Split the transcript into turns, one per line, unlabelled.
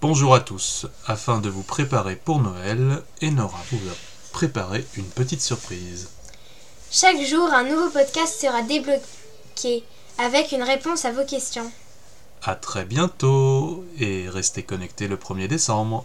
Bonjour à tous. Afin de vous préparer pour Noël, Enora vous a préparé une petite surprise.
Chaque jour, un nouveau podcast sera débloqué avec une réponse à vos questions.
À très bientôt et restez connectés le 1er décembre.